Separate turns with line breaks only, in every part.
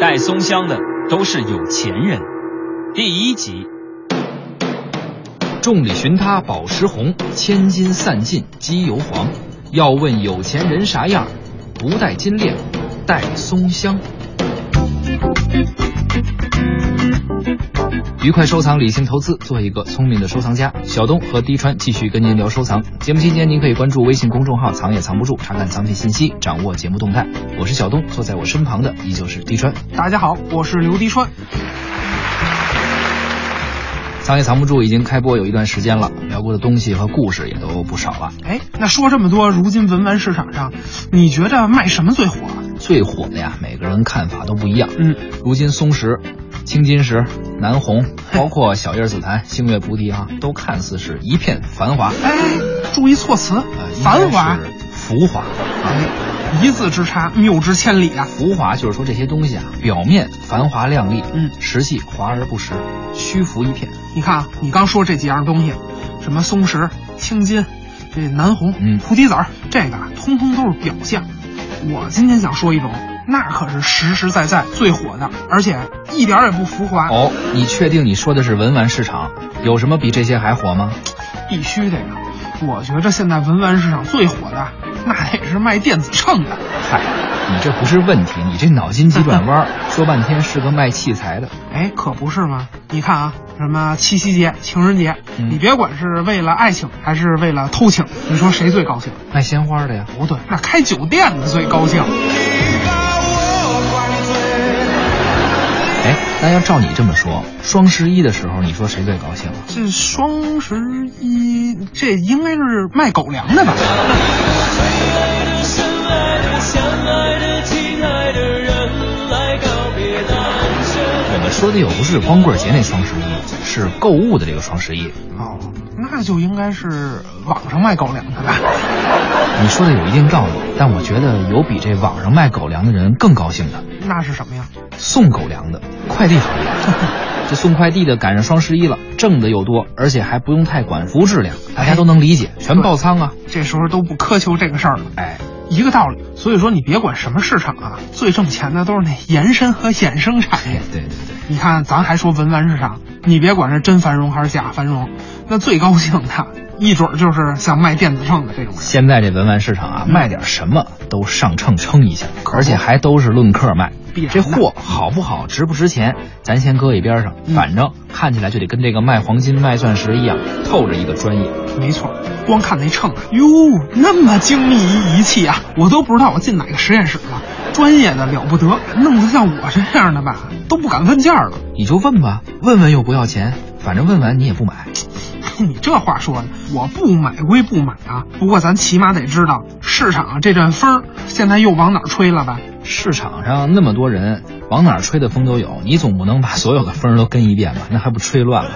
带松香的都是有钱人。第一集，
众里寻他宝石红，千金散尽机油黄。要问有钱人啥样，不带金链，带松香。愉快收藏，理性投资，做一个聪明的收藏家。小东和滴川继续跟您聊收藏。节目期间，您可以关注微信公众号“藏也藏不住”，查看藏品信息，掌握节目动态。我是小东，坐在我身旁的依旧是滴川。
大家好，我是刘滴川。
藏也藏不住已经开播有一段时间了，聊过的东西和故事也都不少了。
哎，那说这么多，如今文玩市场上，你觉着卖什么最火？啊
最火的呀，每个人看法都不一样。
嗯，
如今松石、青金石、南红，包括小叶紫檀、星月菩提啊，都看似是一片繁华。
哎，注意措辞
呃，
繁华
应，该是浮华啊，
哎，一字之差，谬之千里啊。
浮华就是说这些东西啊，表面繁华亮丽，
嗯
实际华而不实，虚浮一片。
你看啊，你刚说这几样东西，什么松石、青金、这南红、
嗯
菩提子儿，这个啊，通通都是表象。我今天想说一种，那可是实实在在最火的，而且一点儿也不浮华，
哦，你确定你说的是文玩市场？有什么比这些还火吗？
必须得的。我觉着现在文玩市场最火的，那也是卖电子秤的。
嗨，你这不是问题，你这脑筋急转弯儿，说半天是个卖器材的。
哎，可不是嘛！你看啊，什么七夕节、情人节，
嗯
你别管是为了爱情还是为了偷情，你说谁最高兴？
卖鲜花的呀，
不对，那开酒店的最高兴。
哎，那要照你这么说，双十一的时候，你说谁最高兴啊？
这双十一，这应该是卖狗粮的吧？
深爱的、相爱的、亲爱的人来告别单身。
我们说的又不是光棍节那双十一，是购物的这个双十一。
哦，那就应该是网上卖狗粮的吧？
你说的有一定道理，但我觉得有比这网上卖狗粮的人更高兴的，
那是什么呀？
送狗粮的快递行业。 这送快递的赶上双十一了，挣的又多，而且还不用太管服务质量，大家都能理解，全爆仓啊！
这时候都不苛求这个事儿了，
哎，
一个道理。所以说，你别管什么市场啊，最挣钱的都是那延伸和衍生产业
对。对对对，
你看，咱还说文玩市场，你别管是真繁荣还是假繁荣，那最高兴的一准儿就是像卖电子秤的这种人。
现在这文玩市场
嗯
啊，卖点什么都上秤称一下，而且还都是论克卖
必。然
这
的
货好不好，值不值钱，咱先搁一边上，
嗯
反正看起来就得跟这个卖黄金、卖钻石一样，透着一个专业。
没错，光看那秤，哟，那么精密一仪器啊，我都不知道我进哪个实验室了。专业的了不得，弄得像我这样的吧，都不敢问价了。
你就问吧，问问又不要钱，反正问完你也不买。
你这话说的，我不买归不买啊，不过咱起码得知道市场啊这阵风儿现在又往哪儿吹了吧？
市场上那么多人，往哪儿吹的风都有，你总不能把所有的风都跟一遍吧？那还不吹乱了？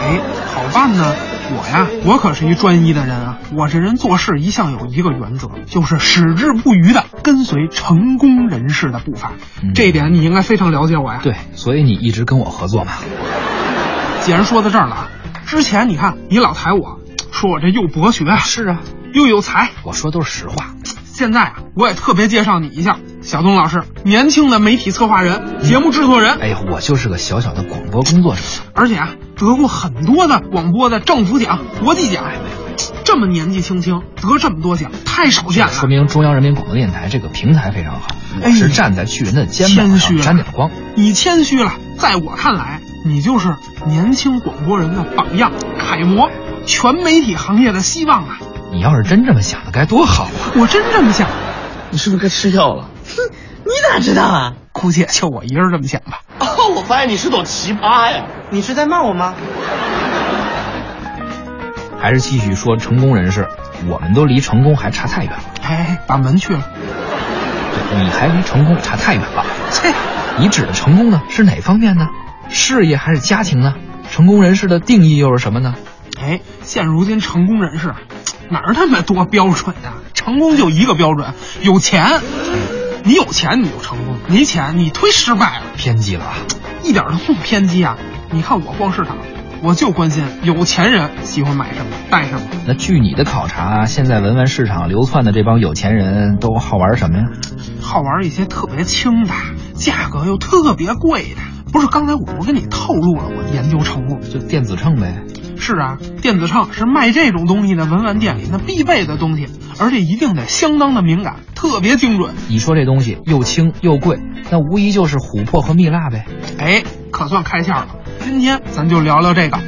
哎，好办呢。我呀，我可是一专一的人啊！我这人做事一向有一个原则，就是矢志不渝的跟随成功人士的步伐。
嗯
这一点你应该非常了解我呀。，
对，所以你一直跟我合作嘛。
既然说到这儿了啊，之前你看你老抬我，说我这又博学啊，
是啊，
又有才。
我说都是实话。
现在啊，我也特别介绍你一下，小东老师，年轻的媒体策划人、节目制作人，
哎呀，我就是个小小的广播工作者。
而且啊，得过很多的广播的政府奖、国际奖。这么年纪轻轻得这么多奖，太少见了。
说明中央人民广播电台这个平台非常好，我
哎
是站在巨人的肩膀
谦
上
虚啊了
沾点光。
你谦虚了，在我看来，你就是年轻广播人的榜样、楷模，全媒体行业的希望啊！
你要是真这么想的，该多好啊！
我真这么想，
你是不是该吃药了？哼，你哪知道啊？
估计也就我一人这么想吧。
哦，我发现你是朵奇葩呀！你是在骂我吗？
还是继续说成功人士，我们都离成功还差太远了。
哎，把门去了，
对，你还离成功差太远了。
切，
你指的成功呢，是哪方面呢？事业还是家庭呢？成功人士的定义又是什么呢？
哎，现如今成功人士啊哪儿他妈多标准呀、成功就一个标准，有钱。你有钱你就成功，没钱你忒失败了。
偏激了啊！
一点都不偏激啊！你看我逛市场，我就关心有钱人喜欢买什么、带什么。
那据你的考察，现在文玩市场流窜的这帮有钱人都好玩什么呀？
好玩一些特别轻的，价格又特别贵的。不是，刚才我不跟你透露了我研究成果？
就电子秤呗。
是啊，电子秤是卖这种东西的文玩店里那必备的东西，而且一定得相当的敏感，特别精准。
你说这东西又轻又贵，那无疑就是琥珀和蜜蜡呗。
哎，可算开窍了。今天咱就聊聊这个，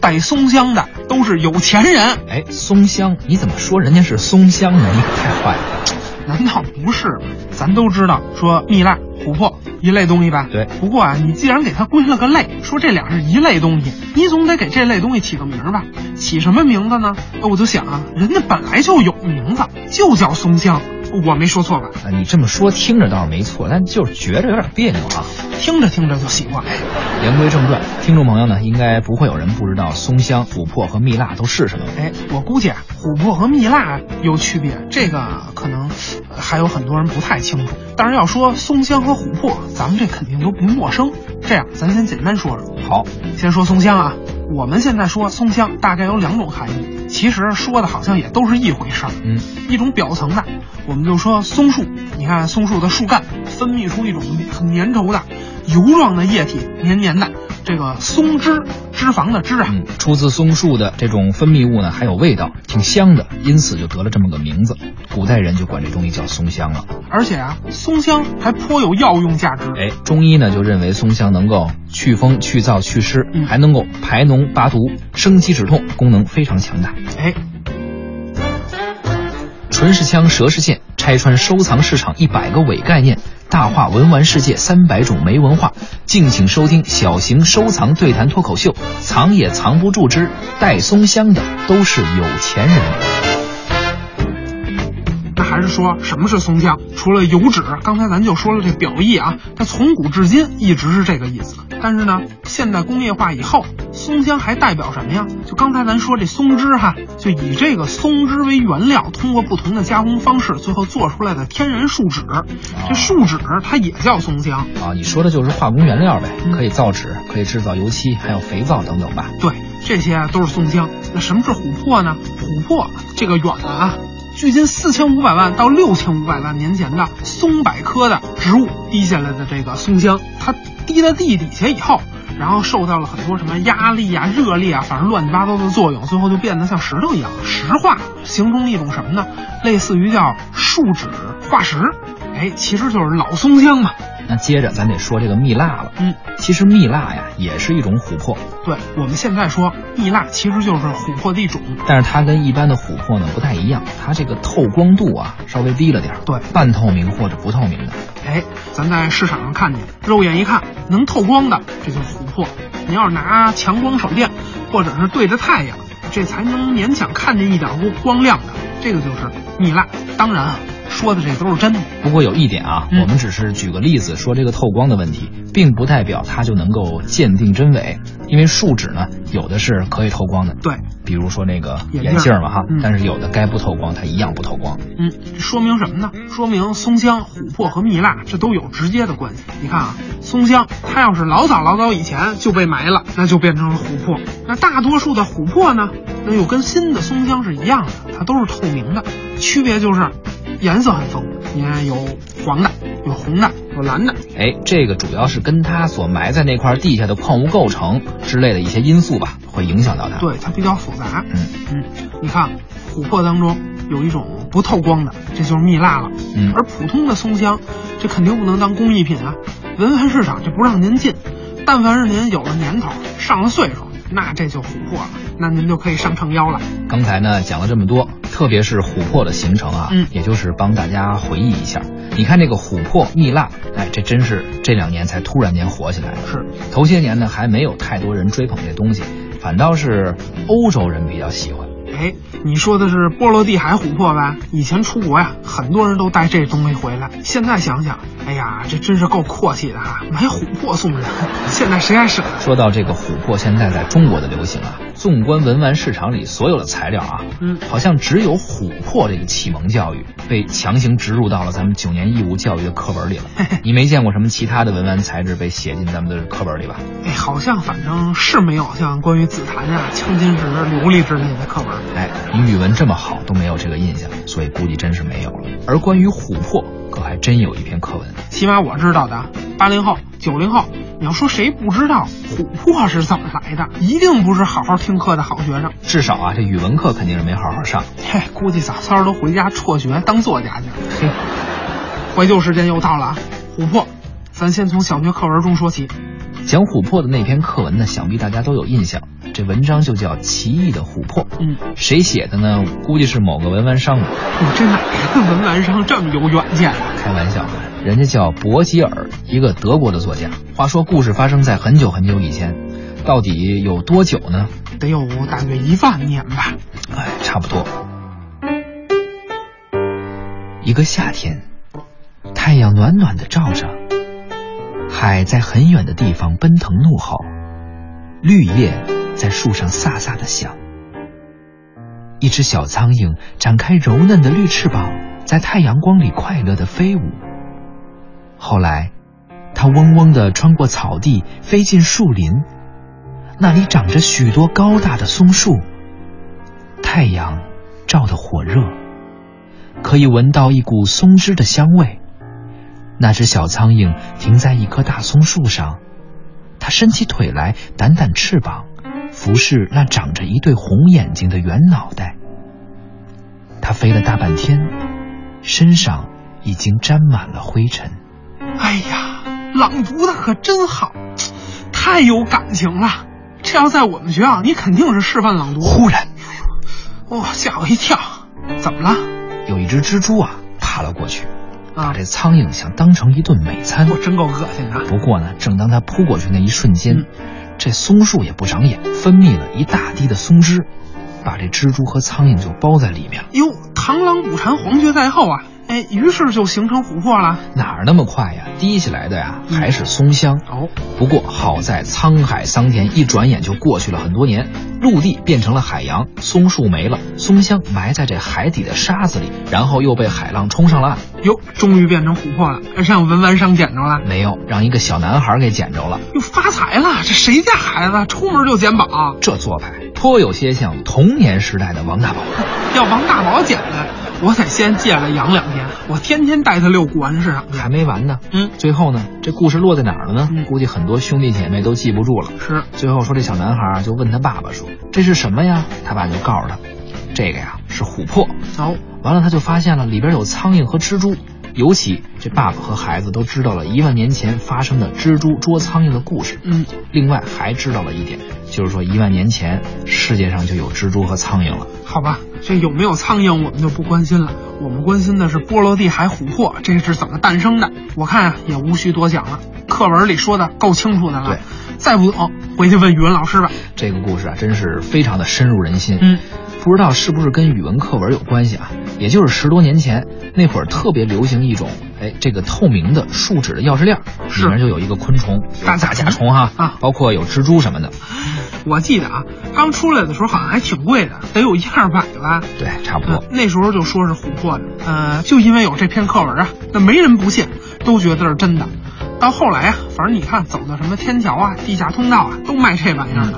带松香的都是有钱人。
哎，松香，你怎么说人家是松香呢？你可太坏了。
难道不是吗？咱都知道，说蜜蜡、琥珀一类东西吧。
对
不过啊，你既然给它归了个类，说这俩是一类东西，你总得给这类东西起个名儿吧？起什么名字呢？呃我就想啊，人家本来就有名字，就叫松香，我没说错吧？
啊，你这么说听着倒是没错，但就是觉着有点别扭啊。
听着听着就习惯了。
言归正传，听众朋友呢，应该不会有人不知道松香、琥珀和蜜蜡都是什么。
哎，我估计啊，琥珀和蜜蜡有区别，这个可能呃还有很多人不太清楚。但是要说松香和琥珀，咱们这肯定都不陌生。这样，咱先简单说说。
好，
先说松香啊，我们现在说松香大概有两种含义，其实说的好像也都是一回事儿。
嗯，
一种表层的，我们就说松树，你看松树的树干分泌出一种很粘稠的油状的液体，黏黏的，这个松脂脂肪的脂啊。
嗯，出自松树的这种分泌物呢，还有味道，挺香的，因此就得了这么个名字。古代人就管这东西叫松香了。
而且啊，松香还颇有药用价值。
哎，中医呢就认为松香能够祛风、去燥、祛湿，
嗯
还能够排脓拔毒、生肌止痛，功能非常强大。
哎，
唇是枪，舌是剑，拆穿收藏市场一百个伪概念，大话文玩世界三百种没文化。敬请收听小型收藏对谈脱口秀，《藏也藏不住之带松香的都是有钱人》。
那还是说什么是松香？除了油脂，刚才咱就说了这表意啊，它从古至今一直是这个意思。但是呢，现代工业化以后，松香还代表什么呀？就刚才咱说这松脂哈，就以这个松脂为原料，通过不同的加工方式，最后做出来的天然树脂。这树脂它也叫松香。
啊，你说的就是化工原料呗，
嗯
可以造纸，可以制造油漆，还有肥皂等等吧。
对，这些啊都是松香。那什么是琥珀呢？琥珀这个远了啊，距今四千五百万到六千五百万年前的松柏科的植物滴下来的这个松香，它滴到地底下以后。然后受到了很多什么压力啊、热力啊，反正乱七八糟的作用，最后就变得像石头一样石化，形成了一种什么呢？类似于叫树脂化石。哎，其实就是老松香嘛。
那接着咱得说这个蜜蜡了。
嗯，
其实蜜蜡呀也是一种琥珀，
对，我们现在说蜜蜡其实就是琥珀的一种。
但是它跟一般的琥珀呢不太一样，它这个透光度啊稍微低了点儿，
对
半透明或者不透明的。
哎，咱在市场上看见，肉眼一看能透光的，这就是琥珀。您要是拿强光手电，或者是对着太阳，这才能勉强看见一点光光亮的，这个就是蜜蜡。当然啊，说的这都是真的。
不过有一点啊，
嗯
我们只是举个例子说这个透光的问题，并不代表它就能够鉴定真伪，因为树脂呢有的是可以透光的，
对，
比如说那个
眼镜
眼镜嘛哈，
嗯
但是有的该不透光它一样不透光。
嗯，这说明什么呢？说明松香、琥珀和蜜蜡这都有直接的关系。你看啊，松香它要是老早老早以前就被埋了，那就变成了琥珀。那大多数的琥珀呢，那又跟新的松香是一样的，它都是透明的，区别就是颜色很丰富。你看有黄的，有红的，有蓝的。
哎，这个主要是跟它所埋在那块地下的矿物构成之类的一些因素吧，会影响到它。，
对，它比较复杂。
嗯
嗯，你看琥珀当中有一种不透光的，这就是蜜蜡了。
嗯
而普通的松香，这肯定不能当工艺品啊，文玩市场这不让您进。但凡是您有了年头，上了岁数，那这就琥珀了，那您就可以上秤腰了。
刚才呢讲了这么多，特别是琥珀的形成啊，
嗯
也就是帮大家回忆一下。你看这个琥珀、蜜蜡，哎，这真是这两年才突然间火起来的。
是，
头些年呢还没有太多人追捧这东西，反倒是欧洲人比较喜欢。
哎，你说的是波罗的海琥珀吧？以前出国呀，很多人都带这东西回来。现在想想，哎呀，这真是够阔气的哈、买琥珀送人，现在谁还舍得？
说到这个琥珀，现在在中国的流行啊，纵观文玩市场里所有的材料啊，
嗯
好像只有琥珀这个启蒙教育被强行植入到了咱们九年义务教育的课本里了。你没见过什么其他的文玩材质被写进咱们的课本里吧？
哎，好像反正是没有像关于紫檀啊、青金石、琉璃之类的课本。
哎，你语文这么好都没有这个印象，所以估计真是没有了。而关于琥珀，可还真有一篇课文。
起码我知道的，八零后、九零后，你要说谁不知道琥珀是怎么来的，一定不是好好听课的好学生。
至少啊，这语文课肯定是没好好上。
嘿，估计早三儿都回家辍学当作家去了。嘿，怀旧时间又到了啊！琥珀，咱先从小学课文中说起。
讲琥珀的那篇课文呢，想必大家都有印象。这文章就叫《奇异的琥珀》，
嗯，
谁写的呢？估计是某个文玩商吧。
哟，这哪来的文玩商这么有远见？啊
开玩笑，人家叫伯吉尔，一个德国的作家。话说故事发生在很久很久以前，到底有多久呢？
得有大约一万年吧。
哎，差不多。一个夏天，太阳暖暖的照着，海在很远的地方奔腾怒吼，绿叶在树上飒飒的响。一只小苍蝇展开柔嫩的绿翅膀，在太阳光里快乐的飞舞。后来，它嗡嗡的穿过草地，飞进树林，那里长着许多高大的松树。太阳照得火热，可以闻到一股松枝的香味。那只小苍蝇停在一棵大松树上，它伸起腿来，掸掸翅膀，服侍那长着一对红眼睛的圆脑袋。它飞了大半天，身上已经沾满了灰尘。
哎呀，朗读的可真好，太有感情了。这要在我们学校，你肯定是示范朗读。
忽然，
哦，吓我一跳！怎么了？
有一只蜘蛛啊爬了过去，把
啊
这，苍蝇想当成一顿美餐。
我真够恶心的。
不过呢，正当它扑过去那一瞬间，
嗯
这松树也不长眼，分泌了一大滴的松脂，把这蜘蛛和苍蝇就包在里面。
哟，螳螂捕蝉，黄雀在后啊！哎，于是就形成琥珀了。
哪儿那么快呀？滴起来的呀，
嗯
还是松香。
哦，
不过好在沧海桑田，一转眼就过去了很多年，陆地变成了海洋，松树没了，松香埋在这海底的沙子里，然后又被海浪冲上了岸。
哟，终于变成琥珀了，让文玩商捡着了，
没有，让一个小男孩给捡着了。
又发财了。这谁家孩子出门就捡宝？
这做派颇有些像童年时代的王大宝。
要王大宝捡的，我得先借来养两天。我天天带他遛古玩市场去。
还没完呢，
嗯，
最后呢，这故事落在哪儿了呢？
嗯
估计很多兄弟姐妹都记不住了。
是
最后说，这小男孩儿就问他爸爸说：“这是什么呀？”他爸就告诉他：“这个呀是琥珀。
哦，”
完了，他就发现了里边有苍蝇和蜘蛛。尤其这爸爸和孩子都知道了一万年前发生的蜘蛛捉苍蝇的故事。
嗯，
另外还知道了一点，就是说一万年前世界上就有蜘蛛和苍蝇了。
好吧，这有没有苍蝇我们就不关心了，我们关心的是波罗的海琥珀这是怎么诞生的。我看啊，也无需多讲了，课文里说的够清楚的了。
对，
再不懂、回去问语文老师吧。
这个故事啊，真是非常的深入人心。
嗯，
不知道是不是跟语文课文有关系啊？也就是十多年前那会儿特别流行一种，哎，这个透明的树脂的钥匙链儿，
是
里面就有一个昆虫，有
大
大
甲
甲
虫
虫哈，
啊
包括有蜘蛛什么的。
我记得啊，刚出来的时候好像还挺贵的，得有一二百吧。
对，差不
嗯
多。，
那时候就说是琥珀的，呃，就因为有这篇课文啊，那没人不信，都觉得是真的。到后来啊，反正你看走到什么天桥啊、地下通道啊，都卖这玩意儿的，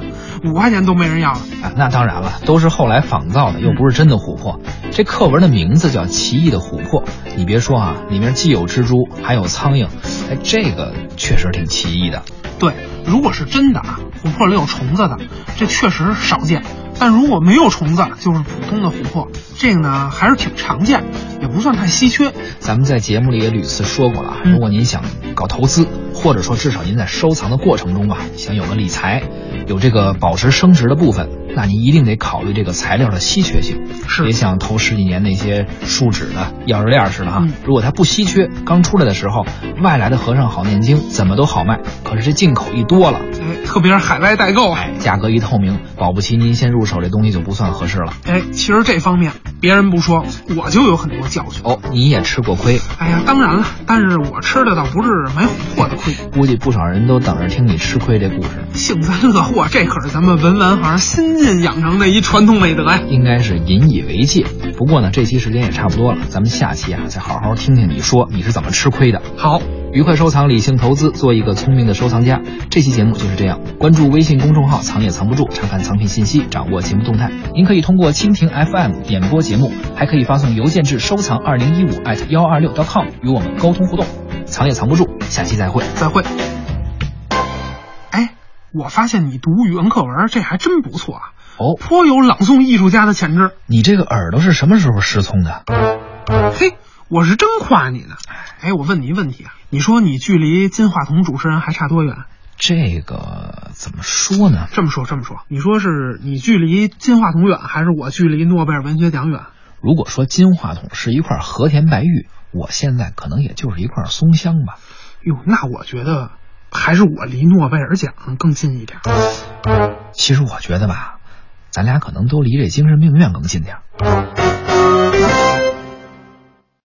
五块钱都没人要了。
啊，那当然了，都是后来仿造的，又不是真的琥珀。这课文的名字叫《奇异的琥珀》，你别说啊，里面既有蜘蛛，还有苍蝇，哎，这个确实挺奇异的。
对，如果是真的啊，琥珀里有虫子的，这确实少见。但如果没有虫子，就是普通的琥珀，这个呢还是挺常见，也不算太稀缺。
咱们在节目里也屡次说过了啊，
嗯
如果您想搞投资，或者说至少您在收藏的过程中吧，啊想有个理财，有这个保值升值的部分，那您一定得考虑这个材料的稀缺性，
是
别像头十几年那些树脂的钥匙链儿似的啊
嗯。
如果它不稀缺，刚出来的时候，外来的和尚好念经，怎么都好卖，可是这进口一多了，
哎，特别是海外代购啊，
哎，价格一透明，保不齐您先入入手这东西就不算合适了。
哎，其实这方面别人不说，我就有很多教训。
哦，你也吃过亏，
哎呀，当然了，但是我吃的倒不是买琥珀的亏。
估计不少人都等着听你吃亏这故事，
幸灾乐祸，这可是咱们文玩行新近养成的一传统美德呀。
应该是引以为戒。不过呢，这期时间也差不多了，咱们下期啊再好好听听你说你是怎么吃亏的。
好，
愉快收藏，理性投资，做一个聪明的收藏家。这期节目就是这样，关注微信公众号“藏也藏不住”，查看藏品信息，掌握节目动态。您可以通过蜻蜓 FM 点播节目，还可以发送邮件至收藏二零一五艾特幺二六 .com 与我们沟通互动。藏也藏不住，下期再会。
再会。哎，我发现你读语文课文这还真不错啊，
哦，
颇有朗诵艺术家的潜质。
你这个耳朵是什么时候失聪的？
嘿，我是真夸你呢。哎，我问你一问题啊，你说你距离金话筒主持人还差多远？
这个怎么说呢？
这么说，这么说，你说是你距离金话筒远，还是我距离诺贝尔文学奖远？
如果说金话筒是一块和田白玉，我现在可能也就是一块松香吧。
哟，那我觉得还是我离诺贝尔奖更近一点。
其实我觉得吧，咱俩可能都离这精神病院更近点儿。